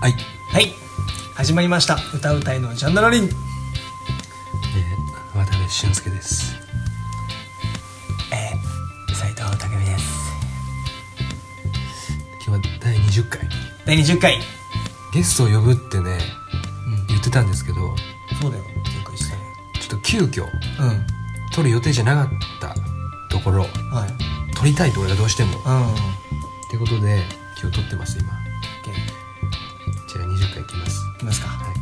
はい、はい始まりました歌うたいのジャンナラリえンー、渡辺俊介です。えー、斉藤匠です今日は第20回。第20回ゲストを呼ぶってね、言ってたんですけど、そうだよ結構したねちょっと急遽、うん撮る予定じゃなかったところ、はい撮りたいと俺がどうしても。っうんてことで、今日撮ってます、今。 OK じゃあ20回いきます。いきますかはい、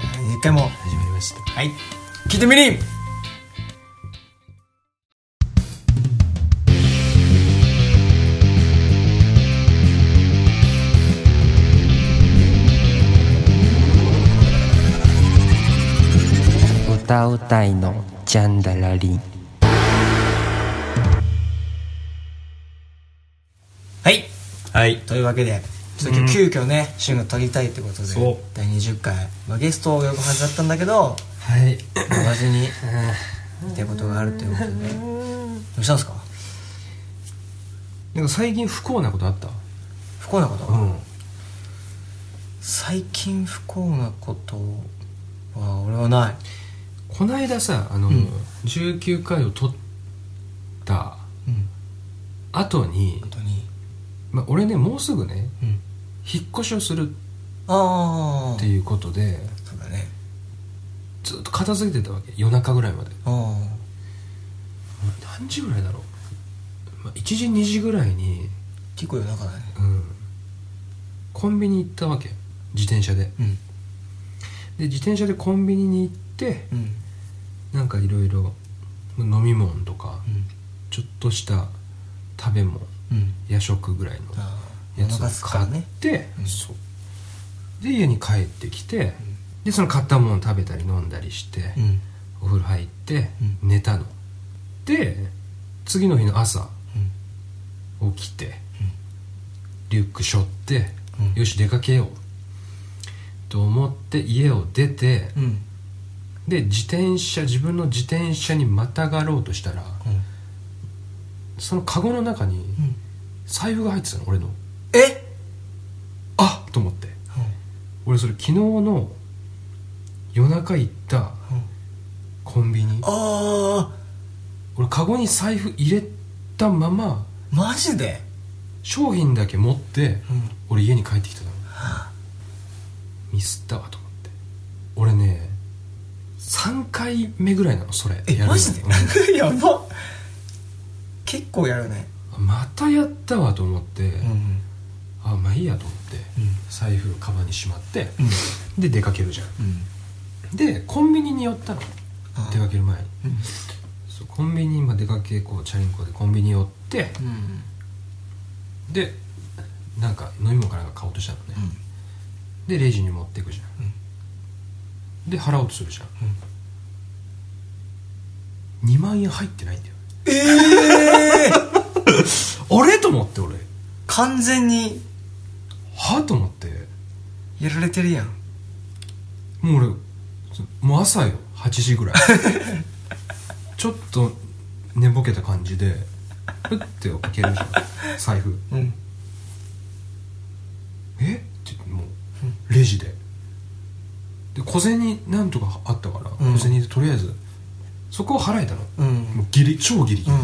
じゃあ20回も始まりました。はい聞いてみりん歌うたいのジャンダラリンはいはい。というわけでちょっと今日急遽ね、旬が撮りたいってことでそう第20回、まあ、ゲストを呼ぶはずだったんだけどはい。 呼ばずにってことがあるということでどうしたんですかなんか最近不幸なことあった不幸なこと、うん。最近不幸なことは俺はないこないださ、あの、ん19回を撮ったうん後に、本当にまあ、俺ね、もうすぐね、うん引っ越しをするああっていうことでそうだねずっと片付けてたわけ夜中ぐらいまであ何時ぐらいだろう、まあ、1時2時ぐらいに、あ結構夜中だねうん、コンビニ行ったわけ自転車でうんで自転車でコンビニに行ってうんなんかいろいろ飲み物とかちょっとした食べ物うんうん夜食ぐらいのああやおつ腹すをくか買らっねてうんそうで家に帰ってきてでその買ったもの食べたり飲んだりして、うんお風呂入ってう寝たの、で次の日の朝起きて、リュック背負って、うんよし出かけようと思って家を出て、うんうんで自転車自分の自転車にまたがろうとしたらそのカゴの中にうん財布が入ってたの俺のえあっと思って俺それ昨日の夜中行ったうんコンビニあ俺カゴに財布入れたままあマジで商品だけ持って、うん俺家に帰ってきたのミスったわと思って俺ね3回目ぐらいなのそれえるのマジでうん やば結構やるねあまたやったわと思って、んあまあいいやと思って、うん財布をカバンにしまって、うんで出かけるじゃんうんでコンビニに寄ったのあ出かける前にうんそうコンビニにまあ出かけこうチャリンコでコンビニ寄ってうんでなんか飲み物かなんか買おうとしたのね、でレジに持っていくじゃん、で払おうとするじゃん、2万円入ってないんだよええ あれと思って俺完全にはと思ってやられてるやんもう俺そもう朝よ8時 ぐらいちょっと寝ぼけた感じでふって開けるじゃん財布うんえってもうレジでで小銭なんとかあったからうん小銭でとりあえずそこを払えたの、うんもうギリ超ギリギう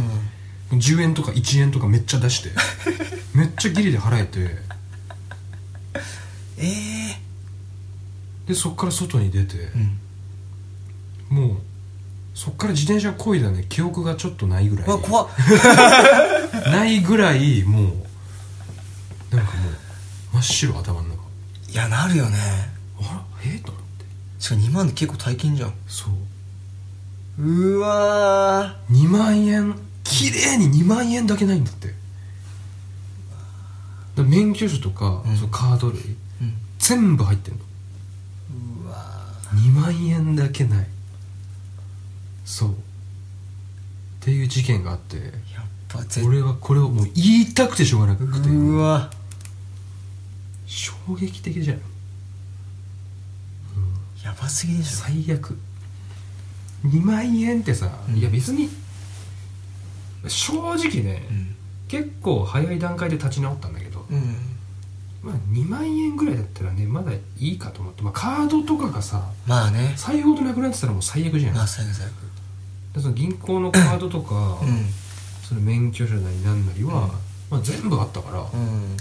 リ、ん10円とか1円とかめっちゃ出して めっちゃギリで払えてええでそっから外に出て、んもうそっから自転車こいだね記憶がちょっとないぐらうわい怖っないぐらいもうなんかもう真っ白頭の中いやなるよねあらえっ、と思ってしかも2万で結構大金じゃんそううわ2万円綺麗に2万円だけないんだってだから免許証とか、うんそのカード類ー全部入ってんのうんうわ2万円だけないそうっていう事件があってーやっぱ絶俺はこれをもう言いたくてしょうがなくてうわ衝撃的じゃんやばすぎでしょ最悪2万円ってさ、うんいや別に正直ね、うん結構早い段階で立ち直ったんだけどうんまあ2万円ぐらいだったらねまだいいかと思って、まあ、カードとかがさまあね財布ごとなくなってたらもう最悪じゃん、まあ最悪最悪でその銀行のカードとか、うその免許証なりなんなりは、うんまあ、全部あったから、んうん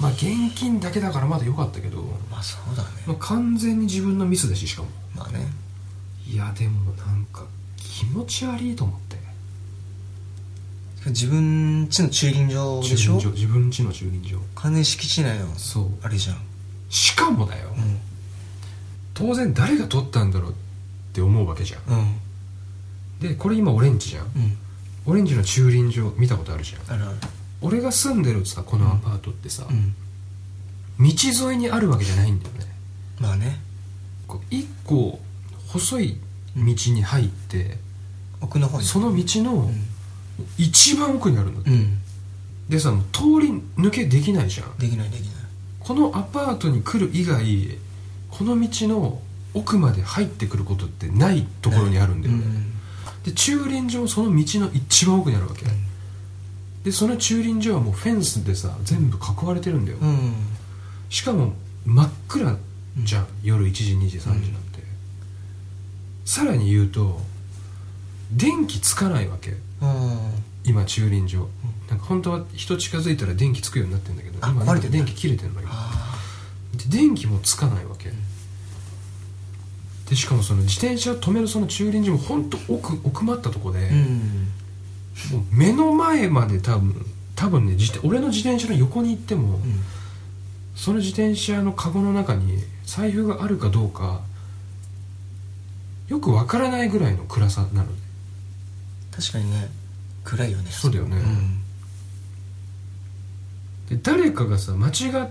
まあ現金だけだからまだ良かったけど、まあそうだまねあ、完全に自分のミスだししかもまあねいやでもなんか気持ち悪いと思って自分家の駐輪場でしょ自分家の駐輪場金敷地内のそうあれじゃんしかもだよ、う当然誰が取ったんだろうって思うわけじゃんんうんでこれ今オレンジじゃんうんオレンジの駐輪場見たことあるじゃんあるある俺が住んでるさこのアパートってさ、うん道沿いにあるわけじゃないんだよねまあねこう一個細い道に入って、奥の方にその道うのん一番奥にあるの、うんでさもう通り抜けできないじゃんできないできないこのアパートに来る以外この道の奥まで入ってくることってないところにあるんだよね、で駐輪場その道の一番奥にあるわけ、でその駐輪場はもうフェンスでさ全部囲われてるんだよ、うんうんしかも真っ暗じゃん、夜1時2時3時なんて、さらに言うと電気つかないわけうん今駐輪場、なんか本当は人近づいたら電気つくようになってんだけどあ今なん壊れかてんだ電気切れてんのよあで電気もつかないわけ、でしかもその自転車を止めるその駐輪場も本当奥奥まったとこで、あうんもう目の前まで多分多分ね自転俺の自転車の横に行っても、うんその自転車のカゴの中に財布があるかどうかよくわからないぐらいの暗さなのね確かにね暗いよねそうだよねうでん誰かがさ間違っ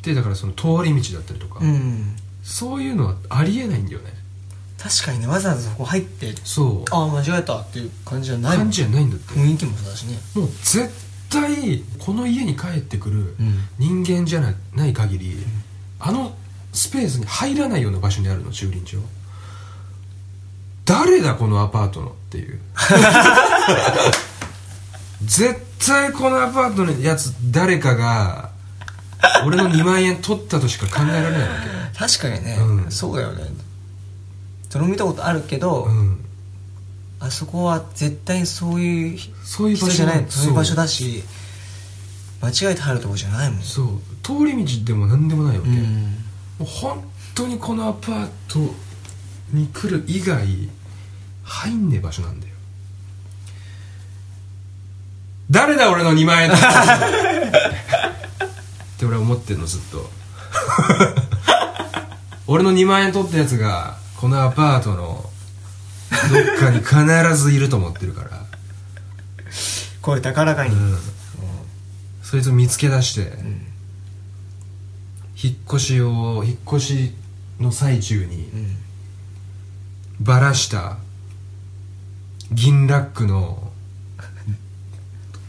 てだからその通り道だったりとか、うんそういうのはありえないんだよね確かにねわざわざそこ入ってそうああ間違えたっていう感じじゃない感じじゃないんだって雰囲気もそうだしねもう絶対この家に帰ってくるうん人間じゃなない限り、あのスペースに入らないような場所にあるの駐輪場誰だこのアパートのって いう絶対このアパートのやつ誰かが俺の2万円取ったとしか考えられないわ 確かにね、うんそうだよねそれも見たことあるけど、け、うん、あそこは絶対そういうそういう場人所じゃないそういう場所だだし間違えて入るとこじゃないもんそう通り道でも何でもないわけ、うんもう本当にこのアパートに来る以外入んねえ場所なんだよ誰だ俺の2万円だ って俺は思ってんのずっと俺の2万円取ったやつがこのアパートのどっかに必ずいると思ってるから、声高らかに、うん、そいつを見つけ出して、ん引っ越しを引っ越しの最中に、うんバラした銀ラックの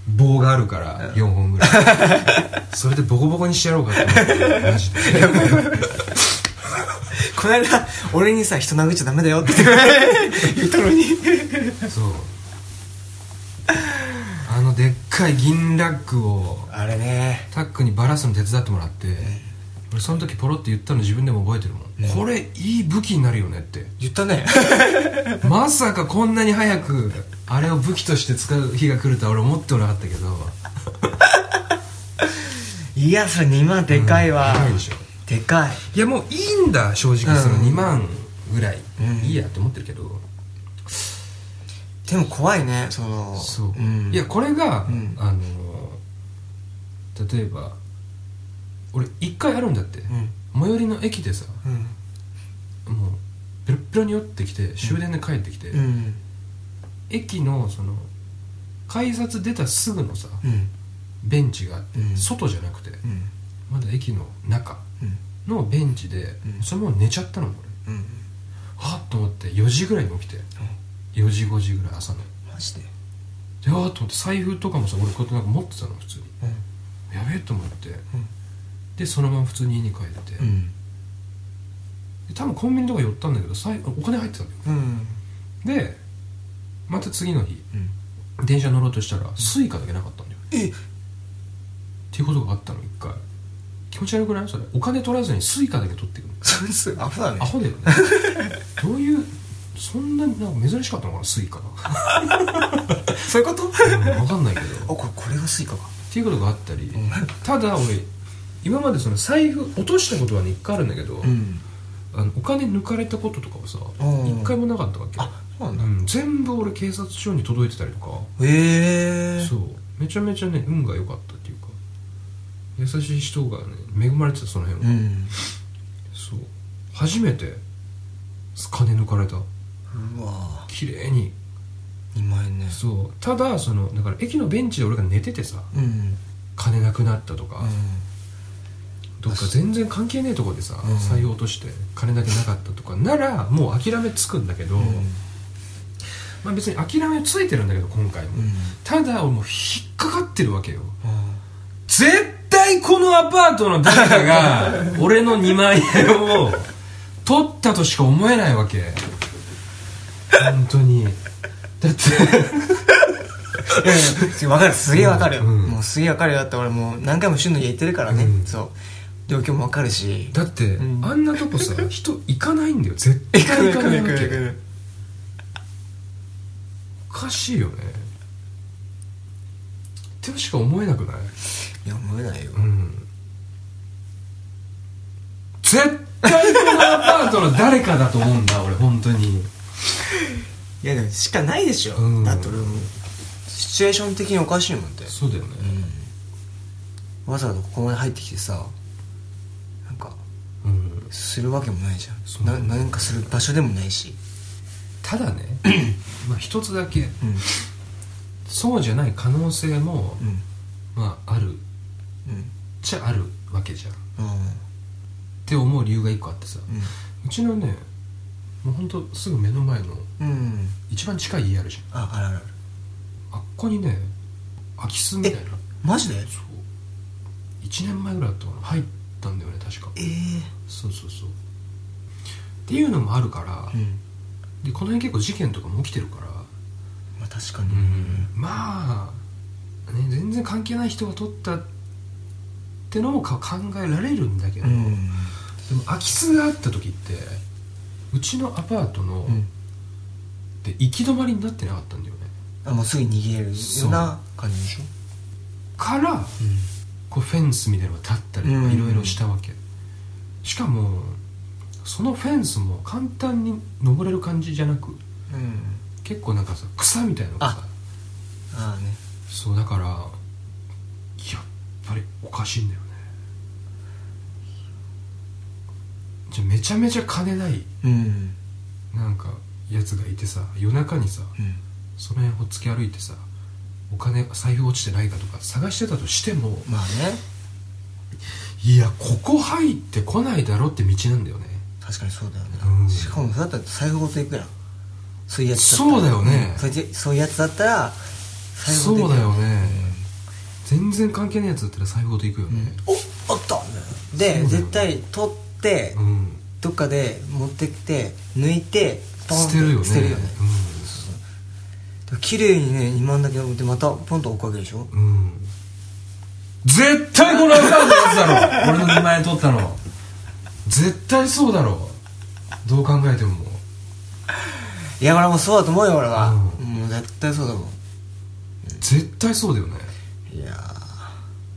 棒があるから4本ぐらいそれでボコボコにしてやろうかと思ってマジでこの間俺にさ人殴っちゃダメだ よって言ったのにそうあのでっかい銀ラックをあれねタックにバラすの手伝ってもらって俺その時ポロって言ったの自分でも覚えてるもん、ねこれいい武器になるよねって言ったねまさかこんなに早くあれを武器として使う日が来るとは俺思ってもなかったけどいやそれ2万でかいわ、ないでしょでかいいやもういいんだ正直そのうん2万ぐらい、うんいいやって思ってるけど、でも怖いねそのそう、ん、いやこれが、うんあの例えば俺1回あるんだって、うん最寄りの駅でさうんもうペロッペロに酔ってきて終電で帰ってきて、うん駅のその改札出たすぐのさうんベンチがあって、うん外じゃなくてうんまだ駅の中うんのベンチで、うんそのまま寝ちゃったの俺うんはっと思って4時ぐらいに起きて4時5時ぐらい朝のマジでであーっと思って財布とかもさ俺こうやってなんか持ってたの普通にうやべえと思ってでそのまま普通に家に帰って、んで多分コンビニとか寄ったんだけど財布お金入ってたんだようんうんでまた次の日うん電車乗ろうとしたらスイカだけなかったんだよっえていうことがあったの一回気持ち悪くないそれお金取らずにスイカだけ取ってくるそうですアホだねアホだよ ねどういうそんなになんか珍しかったのかなスイカが、そういうことうん、分かんないけあどっこれこれがスイカかていうことがあったりうんただ俺今までその財布落としたことはね一回あるんだけど、うんあのお金抜かれたこととかはさん一回もなかったわけあそうなんうだん、全部俺警察署に届いてたりとかへえそうめちゃめちゃね運が良かったっていうか優しい人がね恵まれてたその辺うは、んそう初めて金抜かれたうわ綺麗に2万円ねそうただそのだから駅のベンチで俺が寝ててさうんうん金なくなったとか、どっか全然関係ねえとこでさ、うん採用として金だけなかったとか ならもう諦めつくんだけど、まあ別に諦めついてるんだけど今回も、うんただ俺もう引っかかってるわけよあ絶対このアパートの誰か が俺の2万円を取ったとしか思えないわけ本当にだってーいやいや分かるすげえ分かる、うんもうすげえ分かるよだって俺もう何回も旬の家行ってるからね、うんそう状況も分かるし だって、うんあんなとこ さ人行かないんだよ絶対行く行行くか行なくいわ行けくおかしいよねってしか思えなくないいや思えないよ、うん絶対このアパートの誰かだと思うんだ俺本当にいやでもしかないでしょ、うんだって俺もシチュエーション的におかしいもんってそうだよね、うんわざわざここまで入ってきてさなんかうん、するわけもないじそゃうんななんかする場所でもないし、た だねまあ一つだけうんそうじゃない可能性も、うんまああるっうんちゃあるわけじゃんっうんて思う理由が一個あってさ、うちのねもうほんとすぐ目の前のうん、うん、一番近い家あるじああるあるあるゃんあっこにね空き巣みたいなマジでそう1年前ぐらいだったかな入ったんだよね確かええそうそうそうっていうのもあるから、うんでこの辺結構事件とかも起きてるからまあ確かに、まあ、ね、全然関係ない人が取ったってのもか考えられるんだけど、うんでも空き巣があった時ってうちのアパートの、うんで行き止まりになってなかったんだよねあもうすぐ逃げれるような感じでしょからこうフェンスみたいなのが立ったりとうかんいろいろしたわけ、しかもそのフェンスも簡単に登れる感じじゃなくうん、うん、結構なんかさ草みたいなのがさああねそうだからやっぱりおかしいんだよねじゃあめちゃめちゃ金ないうんなんかやつがいてさ夜中にさうんその辺をつき歩いてさお金財布落ちてないかとか探してたとしてもまあねいやここ入ってこないだろって道なんだよね確かにそうだよね、うんしかもそれだったら財布ごといくやんそういうやつそうだよねそれでそういうやつだったら財布そごというくだやんよね、全然関係ないやつだったら財布ごと行くよねおおっとそで、うだよ絶対取って、うん、どっかで持ってきて抜いてポンっ捨てるよね捨てるよね、うんそうそうで綺麗にね2万だけ持ってまたポンと置くわけでしょうん絶対このアカウントのやつだ ろ俺の2万円取ったの絶対そうだろどう考えてもいや俺もそうだと思うよ俺は、うんもう絶対そうだもん絶対そうだよねいや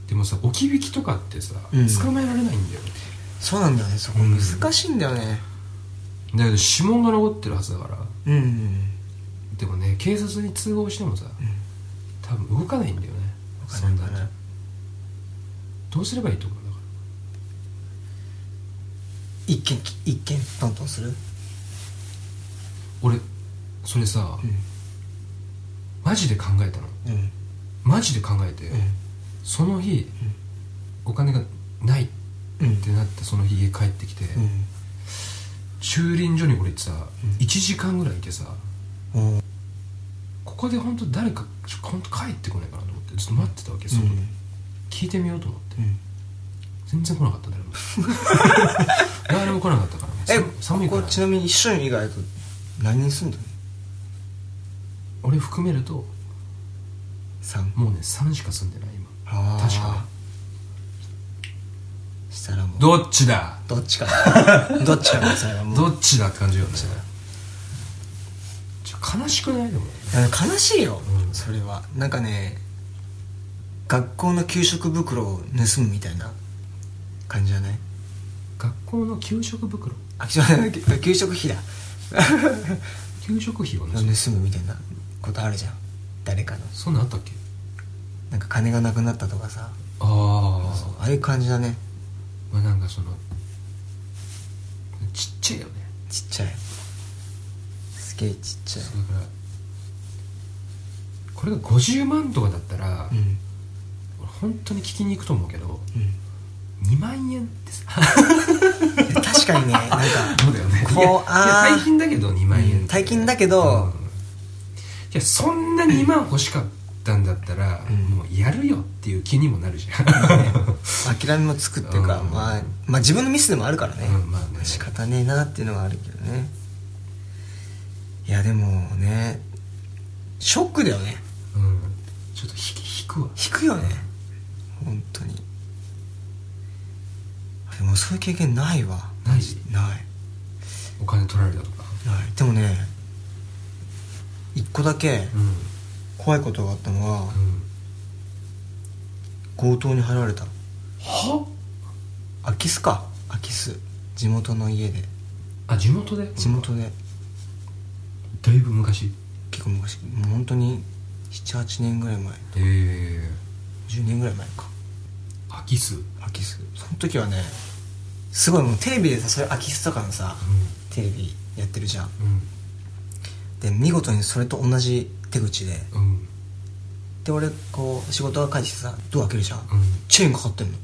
ーでもさ置き引きとかってさ、うん捕まえられないんだよそうなんだよねそこうん難しいんだよねだけど指紋が残ってるはずだからうん、でもね警察に通報してもさ、多分動かないんだよねそんなねどうすればいいと思うだか一軒一軒トントンするら俺それさ、マジで考えたのうんうんマジで考えて、その日、お金がないっうんてなってその日家帰ってきて、駐輪所に俺さ、1時間ぐらいいてさうんうんここで本当誰か本当帰ってこないかなと思ってずっと待ってたわけ外で、聞いてみようと思って全然来なかった誰 も誰も来なかったからえさ寒いかこらこちなみに一緒に以外と何人住んでるの俺含めると ?3 もうね3しか住んでない今あ確かねしたらもうどっちだどっちか どっちかなそれはもうどっちだって感じよねちょ悲しくないでもあの悲しいよ、うんそれはなんかね学校の給食袋を盗むみたいな感じじゃない学校の給食袋あ違う給食 費だ給食費を盗盗むむみたいなことあるじゃん誰かのそんなんあったっけなんか金がなくなったとかさああそうああいう感じだねまあなんかそのちっちゃいよねちっちゃいすげえちっちゃいそうだからこれが50万とかだったら、うん俺本当に聞きに行くと思うけどうん2万円って さ確かにねな んかそうだよねこういやいやあー大金だけど2万円って、うん大金だけどうんいやそんな2万欲しかったんだったら、うんもうやるよっていう気にもなるじ ゃ諦めもつくっていうか、うんまあ、まあ自分のミスでもあるからね,、うんまあね仕方ねえなっていうのはあるけどねいやでもねショックだよねん、うん、ちょっと引き引くわ引くよね本当にでもそういう経験ないわないないお金取られたとかないでもね一個だけうん、うん、怖いことがあったのは強盗に入られたは空き巣か空き巣地元の家であ地元で地元でだいぶ昔結構昔もう本当に78年ぐらい前ええ10年ぐらい前かー、空き巣うん空き巣その時はねすごいもうテレビでさそれ空き巣とかのさ、テレビやってるじゃんで見事にそれと同じ手口でうんうんで俺こう仕事が帰ってきてさドア開けるじゃん、うんチェーンかかってんの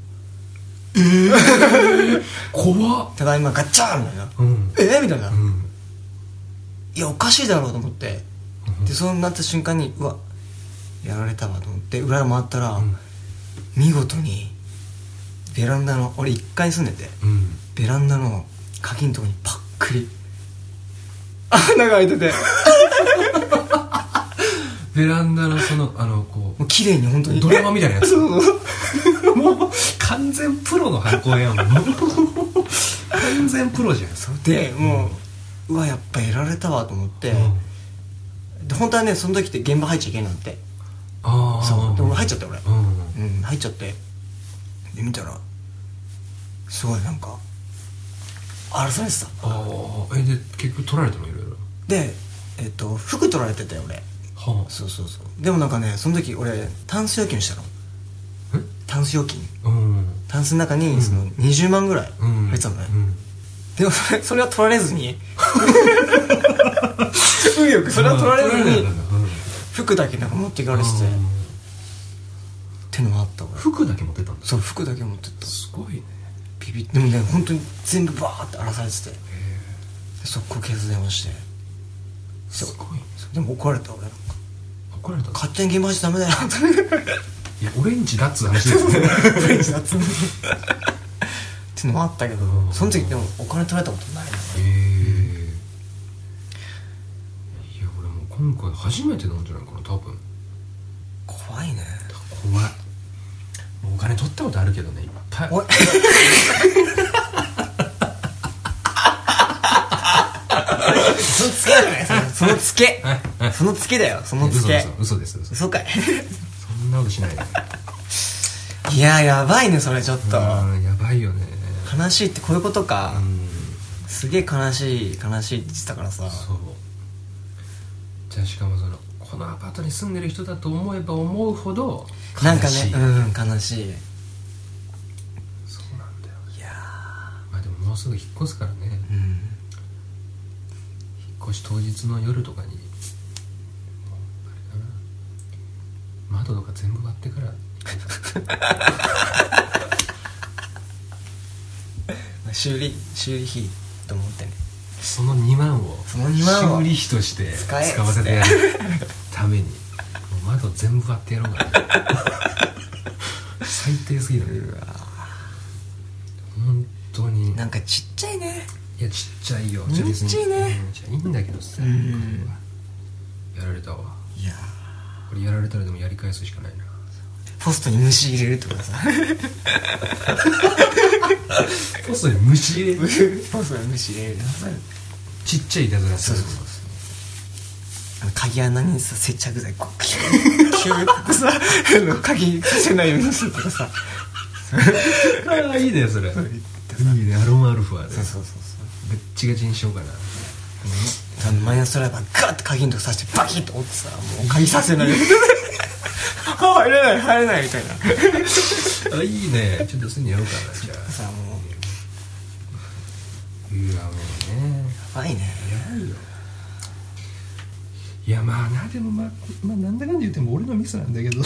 怖っ「ただいまガッチャー!」みたいなうん「えーみたいな、うんいやおかしいだろうと思ってうんでそうなった瞬間にうわやられたわと思って裏回ったら、うん見事にベランダの俺1階に住んでてうんベランダの鍵のとこにパックリ穴が開いててベランダのそのあのこもう綺麗に本当うにドラマみたいなやつ そうそうそうもう完全プロの犯行やんもう完全プロじゃんそうでもう、うわやっぱやられたわと思って、うんで本当はねその時って現場入っちゃいけないんだってああそうで俺入っちゃって俺うんうん入っちゃってで見たらすごいなんか荒らされてたああえで結局取られたのいろいろでえっ、と服取られてたよ俺はあそうそうそうでもなんかねその時俺タンス預金したのえタンス預金うんタンスの中にその20万ぐらいうん入ってたのね、うんでも それそれは取られず に運よくそれは取られず取になかったうん服だけなんか持っていかれててうんってのがあった俺服だけ持ってたんだそう服だけ持ってったすごいねビビでもね本当に全部バーって荒らされててで速攻警察電話してすごいねそうでも怒られた俺なんか怒られた勝手に現場しちゃダ メだよいや俺んちだっつう話ですねフレンチだっつうのってのもあったけどその時でもお金取られたことないな へえいや俺もう今回初めてなんじゃないかな多分怖いね怖いもうお金取ったことあるけどねいっぱいおいそのツケじゃないそのそのツケそのツケだよそのツ嘘ケ嘘嘘です嘘嘘かいそんなことしないでいややばいねそれちょっとうんやばいよね悲しいってこういうことかうんすげえ悲しい悲しいって言ってたからさそうじゃあしかもそのこのアパートに住んでる人だと思えば思うほどなん悲かしねいうん悲しいそうなんだよいやまあでももうすぐ引っ越すからねーうん引っ越し当日の夜とかにもうあれかな窓とか全部割ってからまあ修理修理費と思ってねその2万をその2万を修理費として使え使わせてやるためにもう窓全部割ってやろうかな 最低すぎるね本当になんかちっちゃいねいやちっちゃいよちっちゃいね別にうんじゃあいいんだけどさ、うんこれはやられたわいやこれやられたらでもやり返すしかないなポストに虫入れるとかさポストに虫入れ ポストに虫入れるちっちゃいいたずらすそうるそうそうあの鍵穴にさ接着剤こうキューキューってさあの鍵させないようにするとかあさあいいねそれいそういねアロンアルファでそうそうそうガッチガチにしようかなあのマイナスドライバーガーって鍵のとこ刺してバキッと折ってさもう鍵させないようにあ入れない入れないみたいなあいいねちょっとすぐにやろうかなじゃあさあもういやもうねやばいねやばいよいやまあなでもまあ、まあ、なんだかんだ言っても俺のミスなんだけど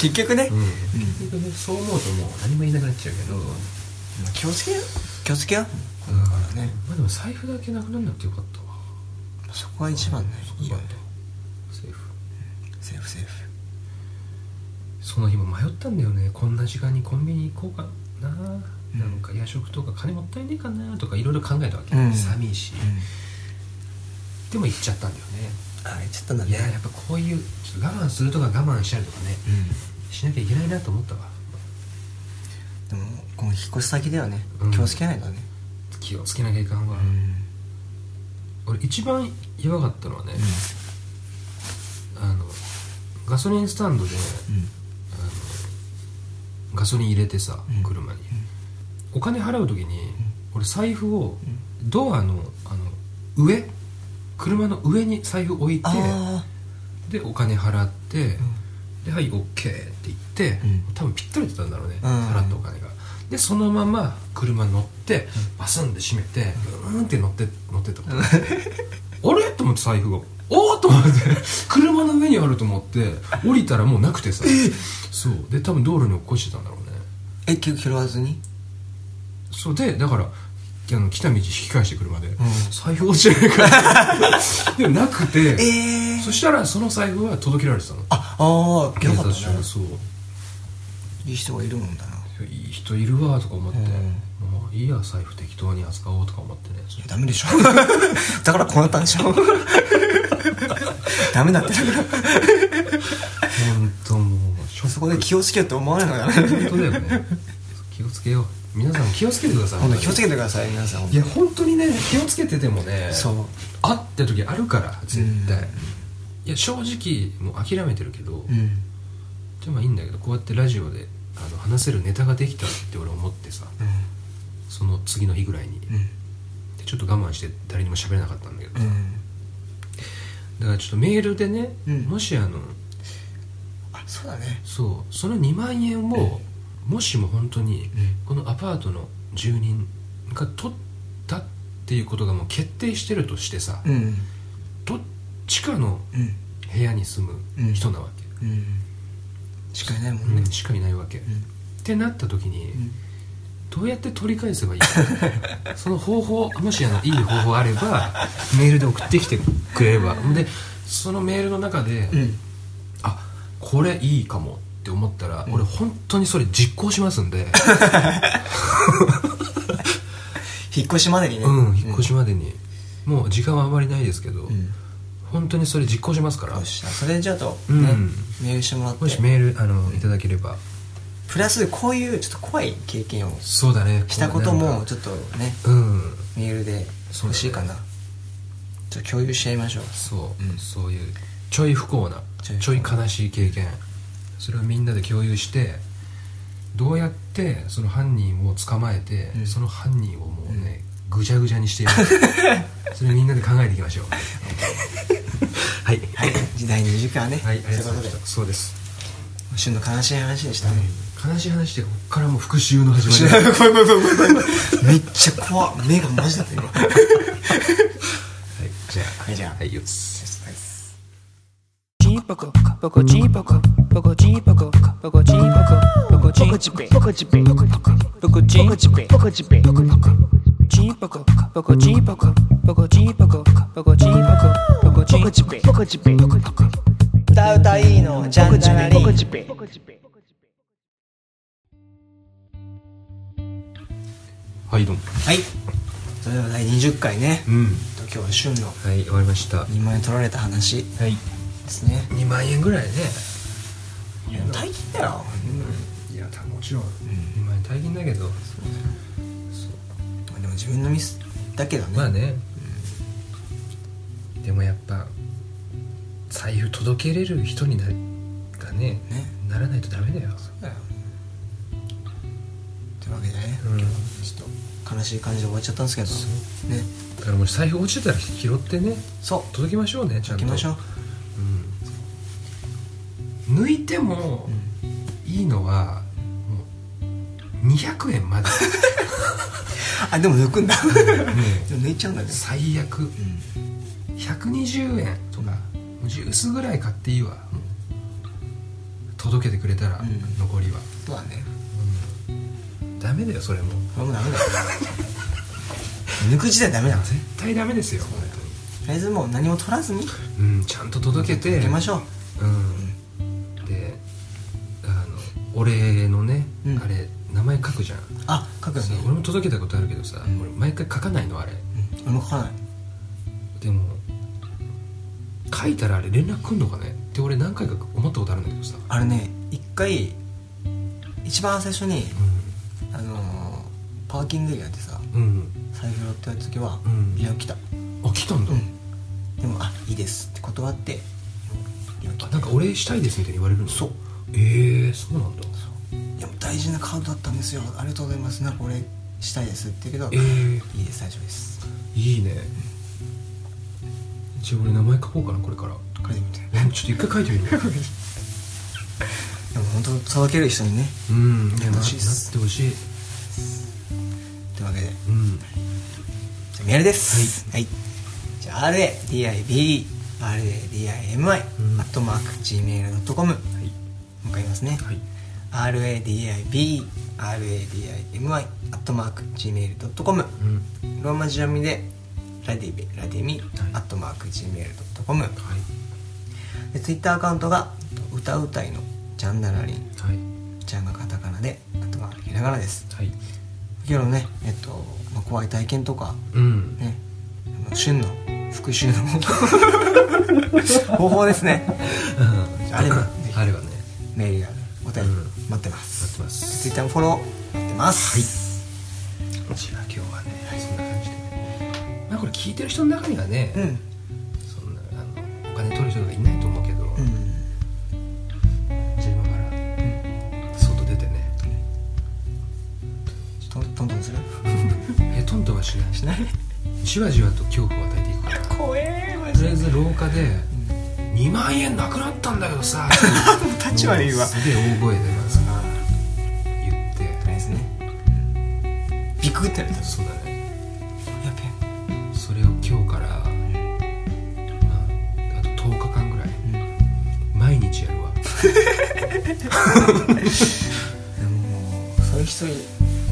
結局ね、結局ねそう思うともう何も言いなくなっちゃうけど、気をつけよ気をつけようんねまあでも財布だけなくなるなってよかったわそこが一番ねいいよねセーフセーフセーフその日も迷ったんだよねこんな時間にコンビニ行こうかな、なんか夜食とか金もったいねえかなとかいろいろ考えたわけ、うん寂いし、でも行っちゃったんだよねあれちょっとないややっぱこういうちょっと我慢するとか我慢したりとかね、しなきゃいけないなと思ったわでもこの引っ越し先ではね、うん気をつけないとね気をつけなきゃいかんわ、俺一番やばかったのはね、あのガソリンスタンドで、あのガソリン入れてさ、うん車に、お金払う時に、俺財布をドアのあの上車の上に財布置いてあでお金払って、ではい OK って言って、うん多分ぴったりだったんだろうね、うん払ったお金がでそのまま車乗って、バスンで閉めてうーんって乗って乗って ったあれと思って財布がおおと思って車の上にあると思って降りたらもうなくてさそうで多分道路に落っこちてたんだろうねあえ結局拾わずにそうでだからあの来た道引き返して車で、ん財布落ちないから でもなくて、ええそしたらその財布は届けられてたのあああ警よか察った署ねがそういい人がいるもんだないい人いるわとか思って、うんもういいや財布適当に扱おうとか思ってねいやダメでしょ だからこうなったんでしょダメだってだか本当もうショらッそこで気をつけようって思わないのがダメク本当だよね気をつけよう皆さん気をつけてくださいほんと気をつけてください皆さんいや本当にね気をつけててもねそうあって時あるから絶対、うんいや正直もう諦めてるけど、うんでもいいんだけどこうやってラジオであの話せるネタができたって俺思ってさその次の日ぐらいに、うんでちょっと我慢して誰にも喋れなかったんだけど、うんうんだからちょっとメールでね、うんもしあのあそうだねそうその2万円を、もしも本当にこのアパートの住人が取ったっていうことがもう決定してるとしてさ、うんどっちかのうん部屋に住む人なわけ、うんしかいないもうんんねしかいないわけ、ってなった時に、んどうやって取り返せばいいかその 方法もしあのいい方法あればメールで送ってきてくれればでそのメールの中で、うんあこれいいかもって思ったら、俺本当にそれ実行しますん で、引っ越しまでにねうん、引っ越しまでに、もう時間はあまりないですけど、うん本当にそれ実行しますからよっしゃそれじゃあとうんねメールしてもらっもしてメールあのいただければプラスこういうちょっと怖い経験をそうだねしたこなとんもかちょっとねうんメールで欲しいかなちょっと共有しちゃいましょうそう、うんそういうちょい不幸なちょい不ちょい悲しい経験それをみんなで共有してどうやってその犯人を捕まえて、うんその犯人をもうね、ぐちゃぐちゃにしてや るそれみんなで考えていきまし ょうはいはい、時代に時間ねはい、ありがとうごとざいいうまこしたそうですとで旬の悲しい話でしたね悲しい話でこっからもう復讐の 始まりだ怖い怖い怖い怖い怖い めっちゃ怖っ目がマジだった今はい、じゃあ、はいじゃあはい、よっす。チンポコポコチンポコポコチンポコポコチンポコポコチンポコポコチンポコポコチンポコポコチンポコチンポコポコチンポコポコチンポコポコチンポコポコチンポコポコチンポコ歌うたいいのじゃんじゃらりんはい、どうも。はいそれでは第20回ねうん。と今日は旬のはい、終わりました。は2万円取られた話い。ですね2万円ぐらいね。大金だよいや、多分ちろんん今大変だけどまあでも自分のミスだけどね、まあね、でもやっぱ財布届けれる人にながねねならないとダメだよ、だよというわけでね、うん、だちょっと悲しい感じで終わっちゃったんですけどねからもし財布落ちてたら拾ってねそ届けましょうねちうゃん行ときましょう、うん抜いてもいいのはもう200円まで あでも抜くんだねでも抜いちゃうんだね最悪うん120円とかジュースぐらい買っていいわもう届けてくれたら、うん残りはそうだねダメだよそれもこれもダメだよ抜く時代ダメだからね絶対ダメですよ本とりあえずもう何も取らずに当にうんちゃんと届けて行きましょううんであのお礼のね、うんあれ名前書くじゃんあ書くよさね俺も届けたことあるけどさ、うん俺毎回書かないのあれうん俺も書かないでも書いたらあれ連絡くんのかねって俺何回か思ったことあるんだけどさ、あれね一回一番最初にうあのーパーキングエリアでさん、うん財布をってやった時はうん「リオ来た」あ来たんだ、うんでも「あいいです」って断って「リオ来あた」なんかお礼したいですみたいに言われるのそうええそうなんだいや大事なカードだったんですよありがとうございますなんか俺したいですって言うけええどいいです大丈夫ですいいねじゃあ俺名前書こうかなこれから書いてみてえちょっと一回書いてみ るでも本当届ける人にねうんなやななってほしいというわけでうんじゃあメールですはい、じゃあ RADIB RADIMI、うんアットマーク Gmail.com はい向かいますね、はい RADIB RADIMI アットマーク Gmail.com うんはローマ字読みでラディベラディミ、はいアットマーク Gmail.com いでツイッターアカウントが歌うたいのジャンダラリンはいジャンがカタカナであとはひらがなですはい今日のねえっと、まあ、怖い体験とかうんねあの旬の復習 の方法ですねあればぜひ あればねメールやお便りうん待ってま待っす、てますツイッターもフォロー待ってますじゃあ今日はねそんな感じでまあこれ聞いてる人の中にはねうんそんなあのお金取る人がいないと思うけどうんじゃあ今から外出てねトントント ンするえトントンはしないしないじわじわと恐怖を与えていくから怖えマとりあえず廊下で「2万円なくなったんだけどさ」立ち悪いわすげえ大声でまずあ言ってあれですねビクってなったやそうだねべそれを今日から、まあ、あと10日間ぐらい毎日やるわえでももうそういう人い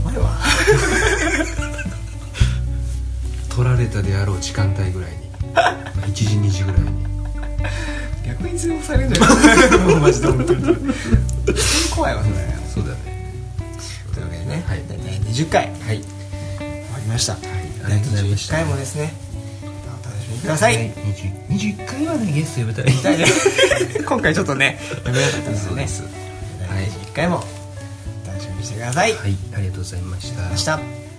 あれは取られたであろう時間帯ぐらいにまあ1時2時ぐらいに逆に通報されるんじゃない マジで本当に本当に怖いわそれそうだねというわけでね、はい大体20回終はいわりました、はいありがとうございました回もですねまたお楽しみください、 20 21回はねゲスト呼べたらいい大丈夫今回ちょっ とねやめなかったですそうねです第21回もお楽しみにしてください、はいありがとうございました明日